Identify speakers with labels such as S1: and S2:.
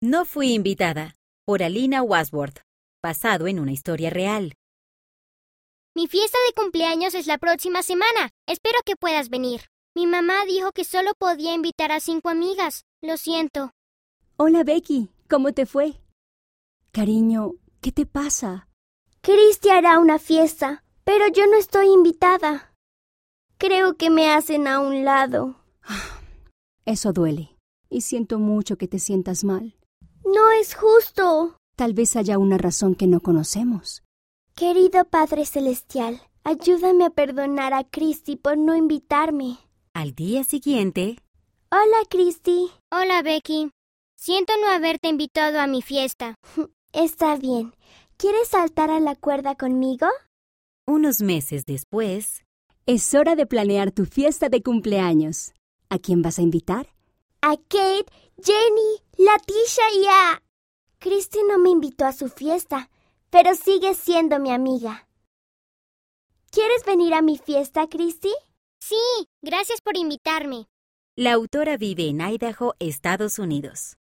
S1: No fui invitada por Alina Wasworth, basado en una historia real.
S2: Mi fiesta de cumpleaños es la próxima semana. Espero que puedas venir. Mi mamá dijo que solo podía invitar a cinco amigas. Lo siento.
S3: Hola Becky, ¿cómo te fue? Cariño, ¿qué te pasa?
S4: Cristi hará una fiesta, pero yo no estoy invitada. Creo que me hacen a un lado.
S3: Eso duele, y siento mucho que te sientas mal.
S4: No es justo.
S3: Tal vez haya una razón que no conocemos.
S4: Querido Padre Celestial, ayúdame a perdonar a Cristi por no invitarme.
S1: Al día siguiente,
S4: Hola, Cristi.
S2: Hola, Becky. Siento no haberte invitado a mi fiesta.
S4: Está bien. ¿Quieres saltar a la cuerda conmigo?
S1: unos meses después,
S3: Es hora de planear tu fiesta de cumpleaños. ¿A quién vas a invitar?
S4: A Kate, Jenny, Latisha y a... Cristi no me invitó a su fiesta, pero sigue siendo mi amiga. ¿Quieres venir a mi fiesta, Cristi?
S2: Sí, gracias por invitarme.
S1: la autora vive en Idaho, Estados Unidos.